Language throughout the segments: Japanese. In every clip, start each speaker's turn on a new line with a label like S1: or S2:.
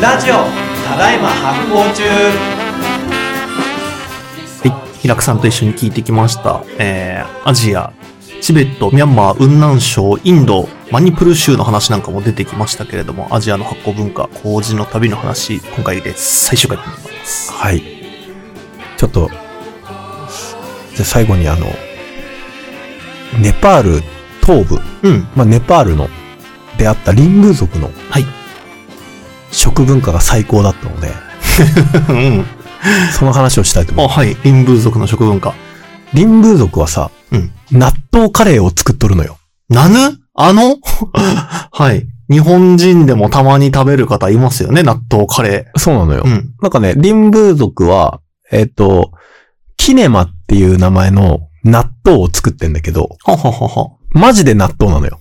S1: ラジオただいま発行中
S2: はい、平久さんと一緒に聞いてきました。えー、アジア、チベット、ミャンマー、雲南省、インド、マニプール州の話なんかも出てきましたけれども、アジアの発酵文化、工事の旅の話、今回で最終回となります。
S3: はい。ちょっと、じゃあ最後にあの、ネパール東部、
S2: うん、
S3: まあ、ネパールの、であったリング族の
S2: はい。
S3: 食文化が最高だったので、
S2: うん。
S3: その話をしたいと思い
S2: あ、
S3: ます。
S2: はい。リンブー族の食文化。
S3: リング族はさ、
S2: うん
S3: 納豆カレーを作っとるのよ。
S2: なぬあの はい。日本人でもたまに食べる方いますよね、納豆カレ
S3: そうなのよ
S2: ー。うん。
S3: なんかね、リンブー族は、えっ、と、キネマっていう名前の納豆を作ってんだけど、
S2: はははは。
S3: マジで納豆なのよ。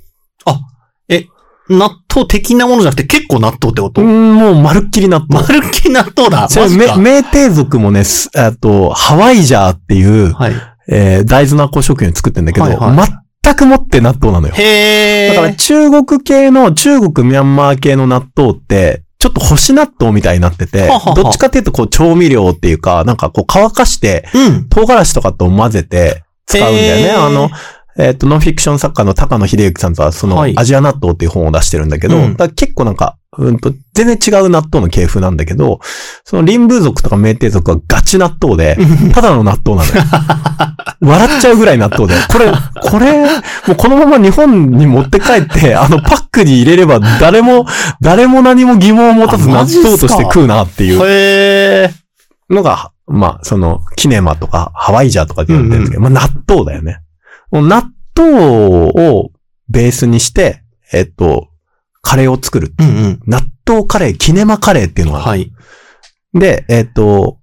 S2: 納豆的なものじゃなくて結構納豆ってこ
S3: う
S2: と、
S3: ん、もうまるっきり納
S2: ま
S3: 豆。
S2: るっきり納豆だ。
S3: そ
S2: マ
S3: れ
S2: ジ
S3: め
S2: か。
S3: メーテー族もね、すえっと、ハワイジャーっていう、
S2: はい。
S3: えー大豆の発酵食品を作ってんだけど、
S2: はいは
S3: 全くもって納豆なのよ。
S2: へー。
S3: だから中国系の、中国ミャンマー系の納豆って、ちょっと干し納豆みたいになってて
S2: はあはあ、
S3: どっちかっていうとこう調味料っていうか、なんかこう乾かして、
S2: うん。
S3: 唐辛子とかと混ぜて使うんだよね。
S2: へー
S3: あの、えっ、と、ノンフィクション作家の高野秀之さんとは、その、
S2: はい
S3: アジア納豆っていう本を出してるんだけど、
S2: うん
S3: だから結構なんか、うんと、全然違う納豆の系譜なんだけど、その、リンブー族とかメーテー族はガチ納豆で、ただの納豆な のよ。笑っちゃうぐらい納豆で。これ、これ、もうこのまま日本に持って帰って、あの、パックに入れれば、誰も、誰も何も疑問を持たず
S2: あ
S3: 納
S2: マジっすか
S3: 豆として食うなっていう。
S2: へー。
S3: のが、まあ、その、キネマとか、ハワイジャーとかでやってるんですけど、まあ、納豆だよね。もう納豆をベースにして、えっと、カレーを作る。
S2: うんうん。
S3: 納豆カレー、キネマカレーっていうのがある、
S2: はい。
S3: で、えっと、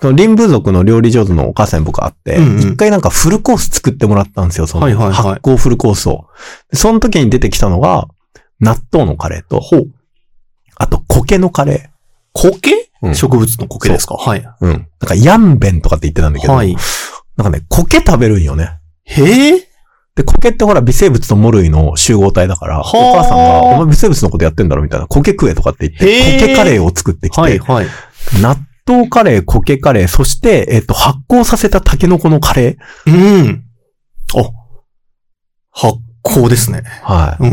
S3: そのリンブ族の料理上手のお母さんに僕会って、一、
S2: うんうん
S3: 回なんかフルコース作ってもらったんですよ、その、
S2: はいはいはい
S3: 発酵フルコースを。でその時に出てきたのが、納豆のカレーと、あと、苔のカレ
S2: 苔、
S3: うん
S2: 植物の苔ですかはい。
S3: ー。うん。なんか、ヤンベンとかって言ってたんだけど、
S2: はい。
S3: なんかね、苔食べるんよね。
S2: へー
S3: で、苔ってほら微生物とモルイの集合体だから、お
S2: はあ
S3: 母さんが、お前微生物のことやってんだろみたいな、苔食えとかって言っ
S2: へえ
S3: て、苔カレーを作ってきて、
S2: はいはい。
S3: 納豆カレー、苔カレー、そして、えっと、発酵させたタケノコのカレ
S2: うん。あ、発酵ですね。
S3: ー。は
S2: うん。
S3: い。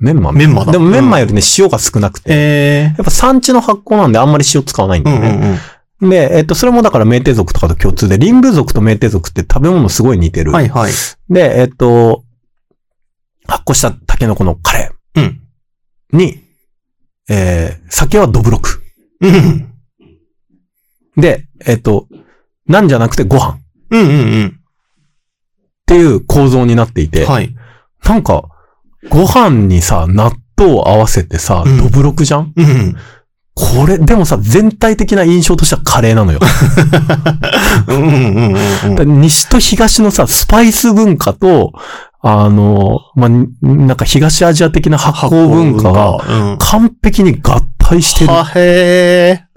S3: メンマ。
S2: メンマだ
S3: でもメンマよりね、塩が少なくて。や
S2: え
S3: っぱ産地の発酵なんであんまり塩使わないん
S2: ー。う
S3: だ
S2: ん
S3: よ
S2: う
S3: ね。
S2: ん
S3: で、えっと、それもだからメーテ族とかと共通で、リンブ族とメーテ族って食べ物すごい似て
S2: う
S3: る。
S2: ん。はいはい。
S3: で、えっと、発酵したタケノコのカレー。
S2: うん。
S3: に、えー、酒はドブロク。
S2: うん。
S3: で、えっ、と、なんじゃなくてご飯っ
S2: うんうん
S3: ていう構造になっていて、
S2: うん。はい。
S3: なんか、ご飯にさ、納豆を合わせてさ、
S2: うん
S3: ドブロクじゃん
S2: うん。
S3: これ、でもさ、全体的な印象としてはカレーなのよ。だか
S2: うんうんうんうんう
S3: ら
S2: ん。
S3: 西と東のさ、スパイス文化と、あの、まあ、になんか東アジア的な発酵文化が
S2: うん。
S3: 完璧に合体してるっ
S2: はへー。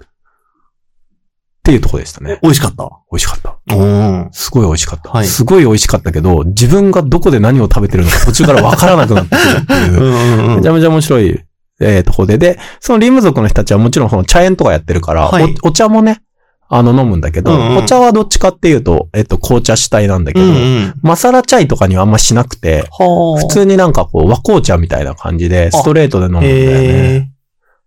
S3: ていうとこでしたね。
S2: 美味しかった。
S3: 美味しかった。
S2: うん。
S3: すごい美味しかった。
S2: はい
S3: すごい美味しかったけど、自分がどこで何を食べてるのか途中からわからなくなってくるって
S2: う
S3: いう、
S2: んうん
S3: めちゃめちゃ面白い、えーとこで。で、そのリム族の人たちはもちろんその茶園とかやってるから、
S2: はい
S3: おお茶もね、あの飲むんだけど、
S2: うんうん
S3: お茶はどっちかっていうと、えっ、と、紅茶主体なんだけ
S2: う
S3: ど、
S2: んうん。
S3: マサラチャイとかにはあんましなくて、
S2: は
S3: 普通になんかこう和紅茶みたいな感じで、ストレートで飲むんだよ
S2: へ
S3: ね。
S2: ー。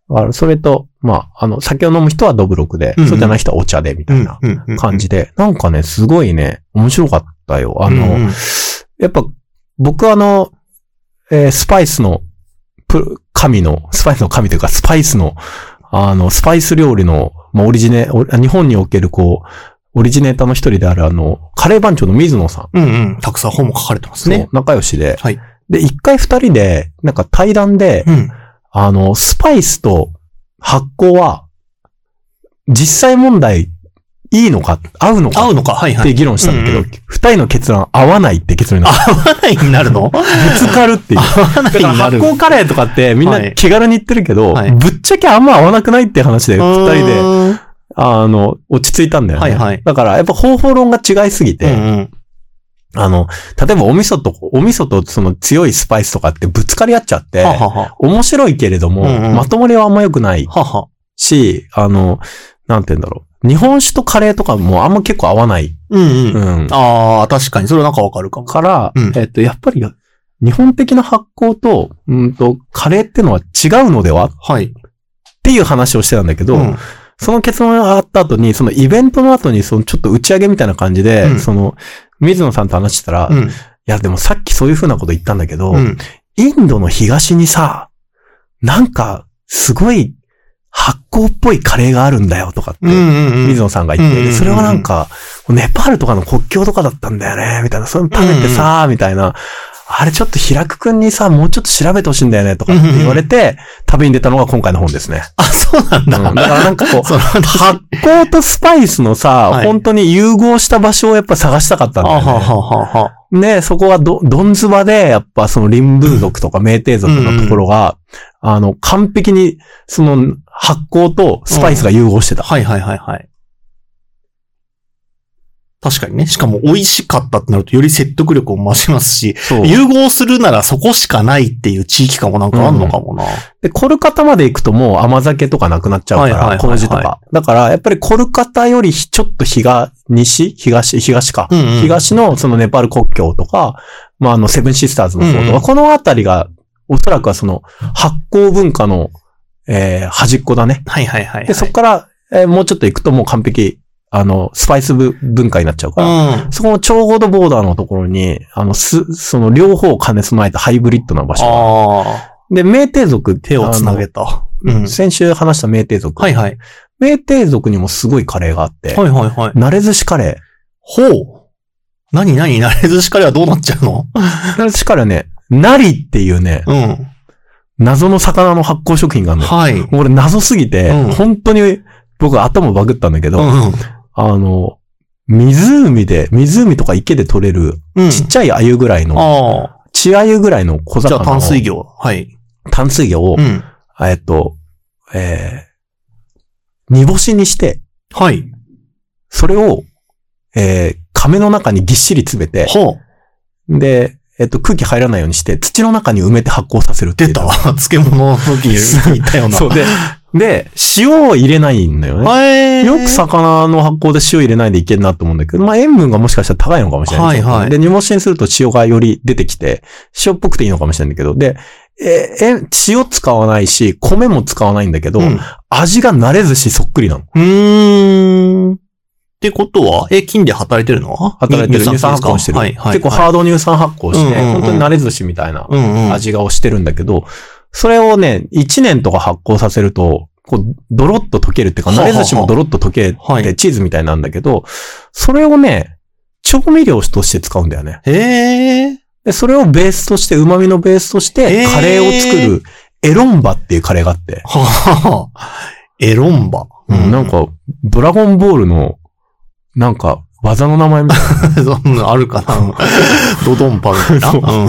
S3: だからそれと、まあ、あの、酒を飲む人はドブロクで、
S2: うんうん
S3: そうじゃない人はお茶で、みたいな。感じで、なんかね、すごいね、面白かったよ。あ
S2: うんう
S3: の、
S2: んうん
S3: やっぱ、僕はあの、えースパイスの、プロ神の、スパイスの神というか、スパイスの、あの、スパイス料理の、まあ、オリジネ、お日本における、こう、オリジネーターの一人である、あの、カレー番長の水野さ
S2: うんうん。たくさん本も書かれてます
S3: ん。
S2: ね。。
S3: 仲良しで。
S2: はい。
S3: で、一回二人で、なんか対談で、
S2: うん。
S3: あの、スパイスと発酵は、実際問題、いいのか、合うのか
S2: 合うのかはい
S3: っ
S2: は
S3: て
S2: い。
S3: 議論したんだけ
S2: う
S3: ど
S2: ん、
S3: 二、人の決断合わないって結論になった。
S2: 合わないになる の合
S3: ぶつかるっていう。
S2: わない
S3: だから
S2: にな
S3: 発
S2: る。
S3: 酵カレーとかってみん
S2: は
S3: ない気軽に言ってるけど、
S2: はい
S3: ぶっちゃけあんま合わなくないって話で、二人で、
S2: で。
S3: あの、落ち着いたんだよね。
S2: はいはい
S3: だからやっぱ方法論が違いすぎて、
S2: うんうん。
S3: あの、例えばお味噌と、お味噌とその強いスパイスとかってぶつかり合っちゃって、
S2: ははは。
S3: 面白いけれども、
S2: うんうん
S3: まとまりはあんま良くない
S2: はは。
S3: し、あの、なんて言うんだろう。日本酒とカレーとかもあんま結構合わない。
S2: うんう。
S3: うんん。
S2: ああ、確かに。それはなんかわかるかも。
S3: から、
S2: うん
S3: えっと、やっぱり、日本的な発酵と、うんと、カレーってのは違うのではっ
S2: はい。
S3: ていう話をしてたんだけど、
S2: うん
S3: その結論があった後に、そのイベントの後に、そのちょっと打ち上げみたいな感じで、
S2: うん
S3: その、水野さんと話してたら、
S2: う
S3: い
S2: ん。
S3: や、でもさっきそういう風なこと言ったんだけど、
S2: うん。
S3: インドの東にさ、なんか、すごい、発酵っぽいカレーがあるんだよとかって、
S2: うんうんうん
S3: 水。野さんが言って、
S2: うんうんうん
S3: でそれはなんか、ネパールとかの国境とかだったんだよね、みたいな、それ食べてさ、みたいな、あれちょっと平久くんにさ、もうちょっと調べてほしいんだよね、とかって言われて、旅に出たのが今回の本ですね。
S2: あ、そう なんだ。
S3: うんだからなんかこう、
S2: その
S3: 発酵とスパイスのさ、
S2: はい
S3: 本当に融合した場所をやっぱ探したかったんだ
S2: あはは
S3: よね。
S2: はは。
S3: ね、そこはど、どんずばで、やっぱそのリンブー族とかメーテー族のところが、あの、完璧に、その、発酵とスパイスが融合してた。
S2: はいはいはいはい。確かにね。しかも美味しかったってなるとより説得力を増しますし、
S3: そう。
S2: 融合するならそこしかないっていう地域感もなんかあんのかもな。
S3: で、コルカタまで行くともう甘酒とかなくなっちゃう
S2: はいはい
S3: か
S2: はい
S3: ら、
S2: はい
S3: 麹とか。だから、やっぱりコルカタよりひちょっと東、西東、東か。
S2: うんうん
S3: 東のそのネパール国境とか、まあ、あの、セブンシスターズの方とか、
S2: うんうん
S3: このあたりが、おそらくはその、発酵文化の、えー、端っこだね。
S2: はいはいはい、はい。
S3: で、そこから、えーもうちょっと行くともう完璧、あの、スパイスぶ文化になっちゃうから、
S2: うん。
S3: そこのちょうどボーダーのところに、あの、す、その両方を兼ね備えたハイブリッドな場所が。
S2: ああ。
S3: で、メーテー族
S2: 手をつなげ
S3: た。
S2: た。
S3: あ
S2: うん
S3: の。先週話したメーテー族。
S2: はいはい。
S3: メーテー族にもすごいカレーがあって、
S2: はいはいはい。
S3: 慣れ寿司カレ
S2: ほう。なになになれずしかりはどうなっちゃうの
S3: ー。慣れ寿司カレーはね、ナリっていうね、
S2: うん。
S3: 謎の魚の発酵食品があるの。
S2: はい。うん。
S3: 俺謎すぎて、
S2: うん
S3: 本当に僕頭バグったんだけど、あの、湖で、湖とか池で取れる
S2: うん。
S3: ちっちゃい鮎ぐらいの、
S2: ああ。
S3: 血鮎ぐらいの小
S2: じゃ
S3: 魚
S2: あ
S3: を。
S2: 淡水。魚。はい。
S3: 淡水魚を
S2: う、ん。
S3: えっと、えー、煮干しにして、
S2: はい。
S3: それを、えー、亀の中にぎっしり詰めて、
S2: ほう。
S3: で、えっと、空気入らないようにして、土の中に埋めて発酵させるっていう
S2: 出た。 漬物の時に言ったような。
S3: そうで、で、塩を入れないんだよね。
S2: はい。
S3: よく魚の発酵で塩入れないでいけるなと思うんだけど、まあ塩分がもしかしたら高いのかもしれない。
S2: はいはい
S3: で、煮干しにすると塩がより出てきて、塩っぽくていいのかもしれないんだけど、で、え、え、塩使わないし、米も使わないんだけど、
S2: うん
S3: 味が慣れずしそっくりなの。
S2: うーん。ってことは、え、金で働いてるのは
S3: 働いてる乳酸発酵してる。
S2: はいはい。
S3: 結構ハード乳酸発酵して、
S2: うんうんうん
S3: 本当に慣れずしみたいな
S2: うんうん。
S3: 味がをしてるんだけど、それをね、1年とか発酵させると、こう、ドロッと溶けるっていうか、
S2: はあ
S3: 慣
S2: はあ
S3: れ寿司もドロッと溶け
S2: は
S3: て
S2: い
S3: チーズみたいになるんだけど、それをね、調味料として使うんだよね。
S2: へえ。
S3: で、それをベースとして、旨味のベースとして
S2: へー、
S3: カレーを作る、エロンバっていうカレーがあって、
S2: ははは。 エロンバ。
S3: うんなん。か、ドラゴンボールの、なんか、技の名前み たいな。
S2: そんなのあるかな。 ドドンパみたいな。
S3: そう
S2: うん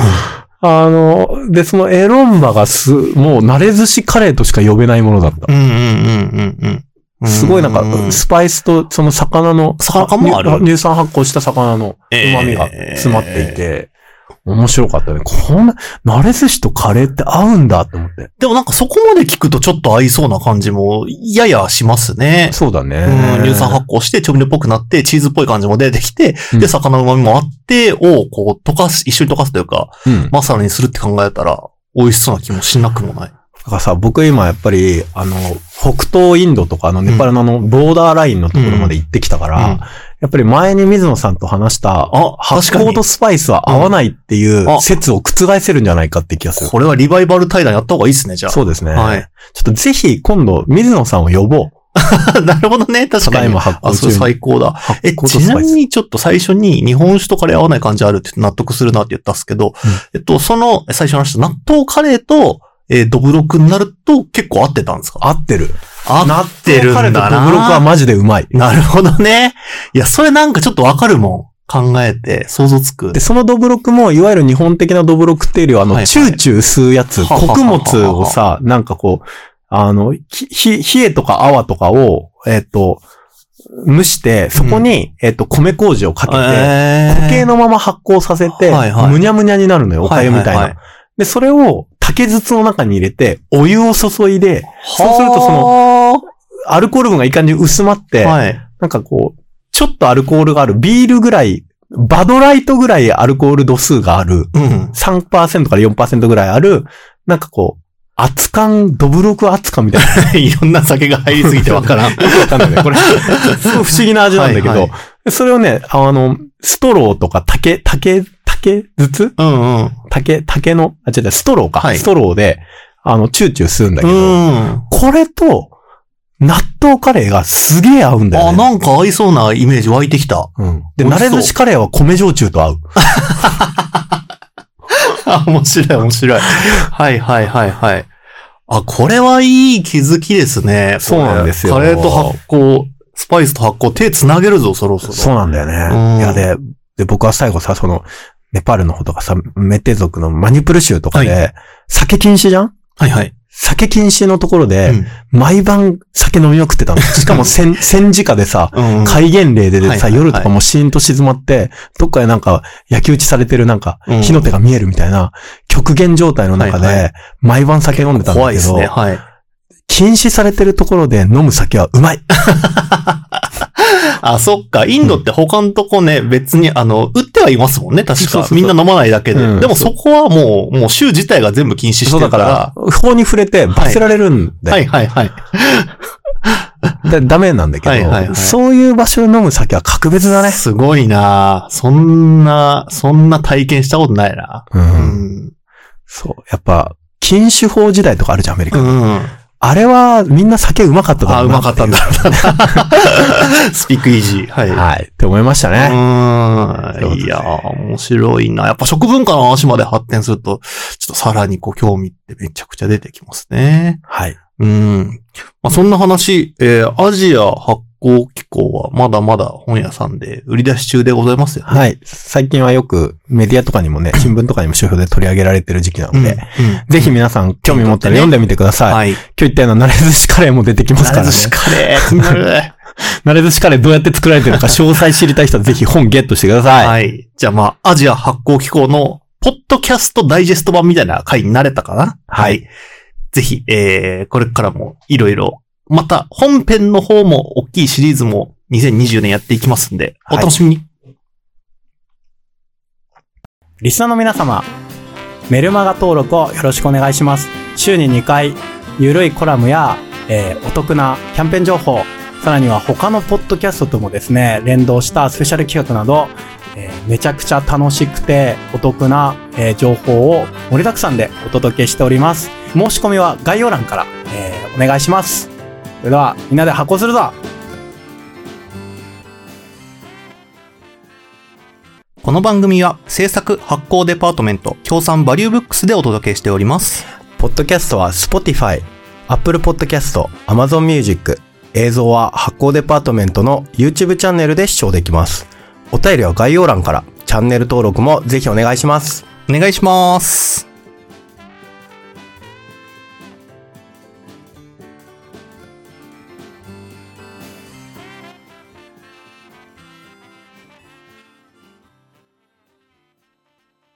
S3: あの、で、そのエロンバがす、もう慣れ寿司カレーとしか呼べないものだった。
S2: うんうんうんうんうん。
S3: すごいなん
S2: う
S3: か、スパイスとその魚の、
S2: 魚もある
S3: 乳乳酸発酵した魚の旨味が詰まっていて、面白かったね。こんな、慣れ寿司とカレーって合うんだって思って。
S2: でもなんかそこまで聞くとちょっと合いそうな感じも、ややしますね。
S3: そうだね
S2: うん、。乳酸発酵して、調味料っぽくなって、チーズっぽい感じも出てきて、
S3: うん
S2: で、魚の旨味もあって、を、こう、溶かす、一緒に溶かすというか、
S3: うん。だ
S2: マサラにするって考えたら、美味しそうな気もしなくもない。
S3: からさ、僕今やっぱり、あの、北東インドとかあのネパールのあの、ボーダーラインのところまで行ってきたから、
S2: うん
S3: やっぱり前に水野さんと話した、
S2: あ、
S3: 発
S2: 確か
S3: 酵
S2: に
S3: と。スパイスは合わないってい
S2: うんあ
S3: う説を覆せるんじゃないかって気がする。
S2: これはリバイバル対談やった方がいいですね、じゃあ。
S3: そうですね。
S2: はい。
S3: ちょっとぜひ今度、水野さんを呼ぼう。
S2: なるほどね、確
S3: た
S2: か
S3: だい
S2: に
S3: ま。発
S2: あ、
S3: 酵
S2: そ
S3: 中
S2: れ
S3: に。
S2: 最高だ。
S3: 発
S2: え、
S3: 酵と
S2: ち
S3: ス
S2: な
S3: パイ
S2: み
S3: ス。
S2: にちょっと最初に日本酒とカレー合わない感じあるって納得するなって言ったんですけど、えっと、その最初の話した納豆カレーと、えー、ドブロクになると結構合ってたんですか
S3: 合ってる。
S2: 合ってるんだな。
S3: 納豆カレーとブロクはマジでうまい。
S2: なるほどね。いや、それなんかちょっとわかるもん。考えて、想像つく。
S3: で、そのドブロクも、いわゆる日本的なドブロクっていうよりは、あ
S2: はいは
S3: の、
S2: い
S3: チューチュー吸うやつ、
S2: はははは
S3: 穀物をさ、なんかこう、あの、ひ、ひ冷えとか泡とかを、えっと、蒸して、そこに、えっと、米麹をかけて、固形のまま発酵させて、
S2: はいはい
S3: むにゃむにゃになるのよ、おかゆみたいな。
S2: ははは
S3: で、それを竹筒の中に入れて、お湯を注いで、そうするとそ
S2: の、
S3: アルコール分がいい感じに薄まって、
S2: はい。
S3: なんかこう、ちょっとアルコールがある、ビールぐらい、バドライトぐらいアルコール度数がある、
S2: うん。
S3: 3%から4%ぐらいある、なんかこう、熱感、ドブロク熱感みたいな。
S2: いろんな酒が入りすぎてわからん。
S3: よくわかんないね。これ、すごい不思議な味なんだけど、
S2: はいはい
S3: それをね、あの、ストローとか竹、竹、竹筒
S2: うんうん。
S3: 竹、竹の、あ、違う違う、ストローか。
S2: はい
S3: ストローで、あの、チューチューするんだけど、
S2: うん。
S3: これと、納豆カレーがすげえ合うんだよ、
S2: あ、
S3: ね。
S2: なんか合いそうなイメージ湧いてきた。
S3: うん。で、
S2: 美味
S3: 慣
S2: しそう
S3: れ寿司カレーは米焼酎と合う。
S2: あ、面白い面白い。はいはいはいはい。あ、これはいい気づきですね。
S3: そうなんですよ
S2: これカレーと発酵、スパイスと発酵、手つなげるぞ、そろそろ。
S3: そうなんだよ
S2: うん
S3: ね。いや、で、で、僕は最後さ、その、ネパールの方とかさ、メテ族のマニプル州とかで、
S2: は
S3: 酒禁止じゃん
S2: はいはい。
S3: 酒禁止のところで、
S2: うん
S3: 毎晩酒飲みまくっ てたの。しかも戦、戦時下でさ、
S2: うん
S3: 戒厳令で
S2: はいはいは
S3: さ、
S2: い
S3: 夜とかもシーンと静まって、どっかでなんか、焼き討ちされてるなんか、
S2: うん
S3: 火の手が見えるみたいな、極限状態の中
S2: はいは
S3: で、毎晩酒飲んでたん
S2: 怖
S3: だ
S2: い
S3: け
S2: です
S3: ど、
S2: ね。はい。
S3: 禁止されてるところで飲む酒はうまい。
S2: あ、そっか。インドって他のとこね、別に、あの、売ってはいますもんね、確
S3: そうそう
S2: か。
S3: そう
S2: みんな飲まないだけで。
S3: うん
S2: でもそこはもう、もう州自体が全部禁止して
S3: そうだ
S2: るか
S3: から
S2: ら。、
S3: 法に触れて罰せられるんだよ
S2: はいはいはい。
S3: だダメなんだけど、
S2: はいはいはい
S3: そういう場所で飲む酒は格別だね。
S2: すごいなそんな、そんな体験したことないな。
S3: うん。
S2: うん
S3: そう。やっぱ、禁酒法時代とかあるじゃん、アメリカ。
S2: うん。
S3: あれは、みんな酒うまかっただ
S2: あ、
S3: ろ
S2: う
S3: うな
S2: ま
S3: て
S2: か
S3: い
S2: ったんだ。。スピークイージー。はい。
S3: はい。って思いましたね。
S2: うーん。いやー、面白いな。やっぱ食文化の話まで発展すると、ちょっとさらにこう興味ってめちゃくちゃ出てきますね。
S3: はい。
S2: うん。まあ、そんな話、えーアジア発行機構はまだまだ本屋さんで売り出し中でございますよね。
S3: はい。最近はよくメディアとかにもね、新聞とかにも書評で取り上げられてる時期なので、ぜひ皆さん興味持ったら読んでみてください。
S2: はい。
S3: 今日言ったような慣れ寿司カレーも出てきますからね。
S2: カレー、気になるね。
S3: 慣れ寿司カレーどうやって作られてるのか詳細知りたい人はぜひ本ゲットしてください。
S2: はい。じゃあまあ、アジア発行機構の、ポッドキャストダイジェスト版みたいな回になれたかな
S3: はい
S2: ぜひ、えー、これからもいろいろ、また本編の方も大きいシリーズも2020年やっていきますんで、お楽しみに。
S4: リスナーの皆様、メルマガ登録をよろしくお願いします。週に2回、ゆるいコラムや、えーお得なキャンペーン情報、さらには他のポッドキャストともですね、連動したスペシャル企画など、えーめちゃくちゃ楽しくてお得な、えー情報を盛りだくさんでお届けしております。申し込みは概要欄から、えーお願いします。それでは、みんなで発行するぞ
S2: この番組は制作発行デパートメント協賛バリューブックスでお届けしております。
S3: ポッドキャストは Spotify、Apple Podcast、Amazon Music、映像は発行デパートメントの YouTube チャンネルで視聴できます。お便りは概要欄から、チャンネル登録もぜひお願いします。
S2: お願いします。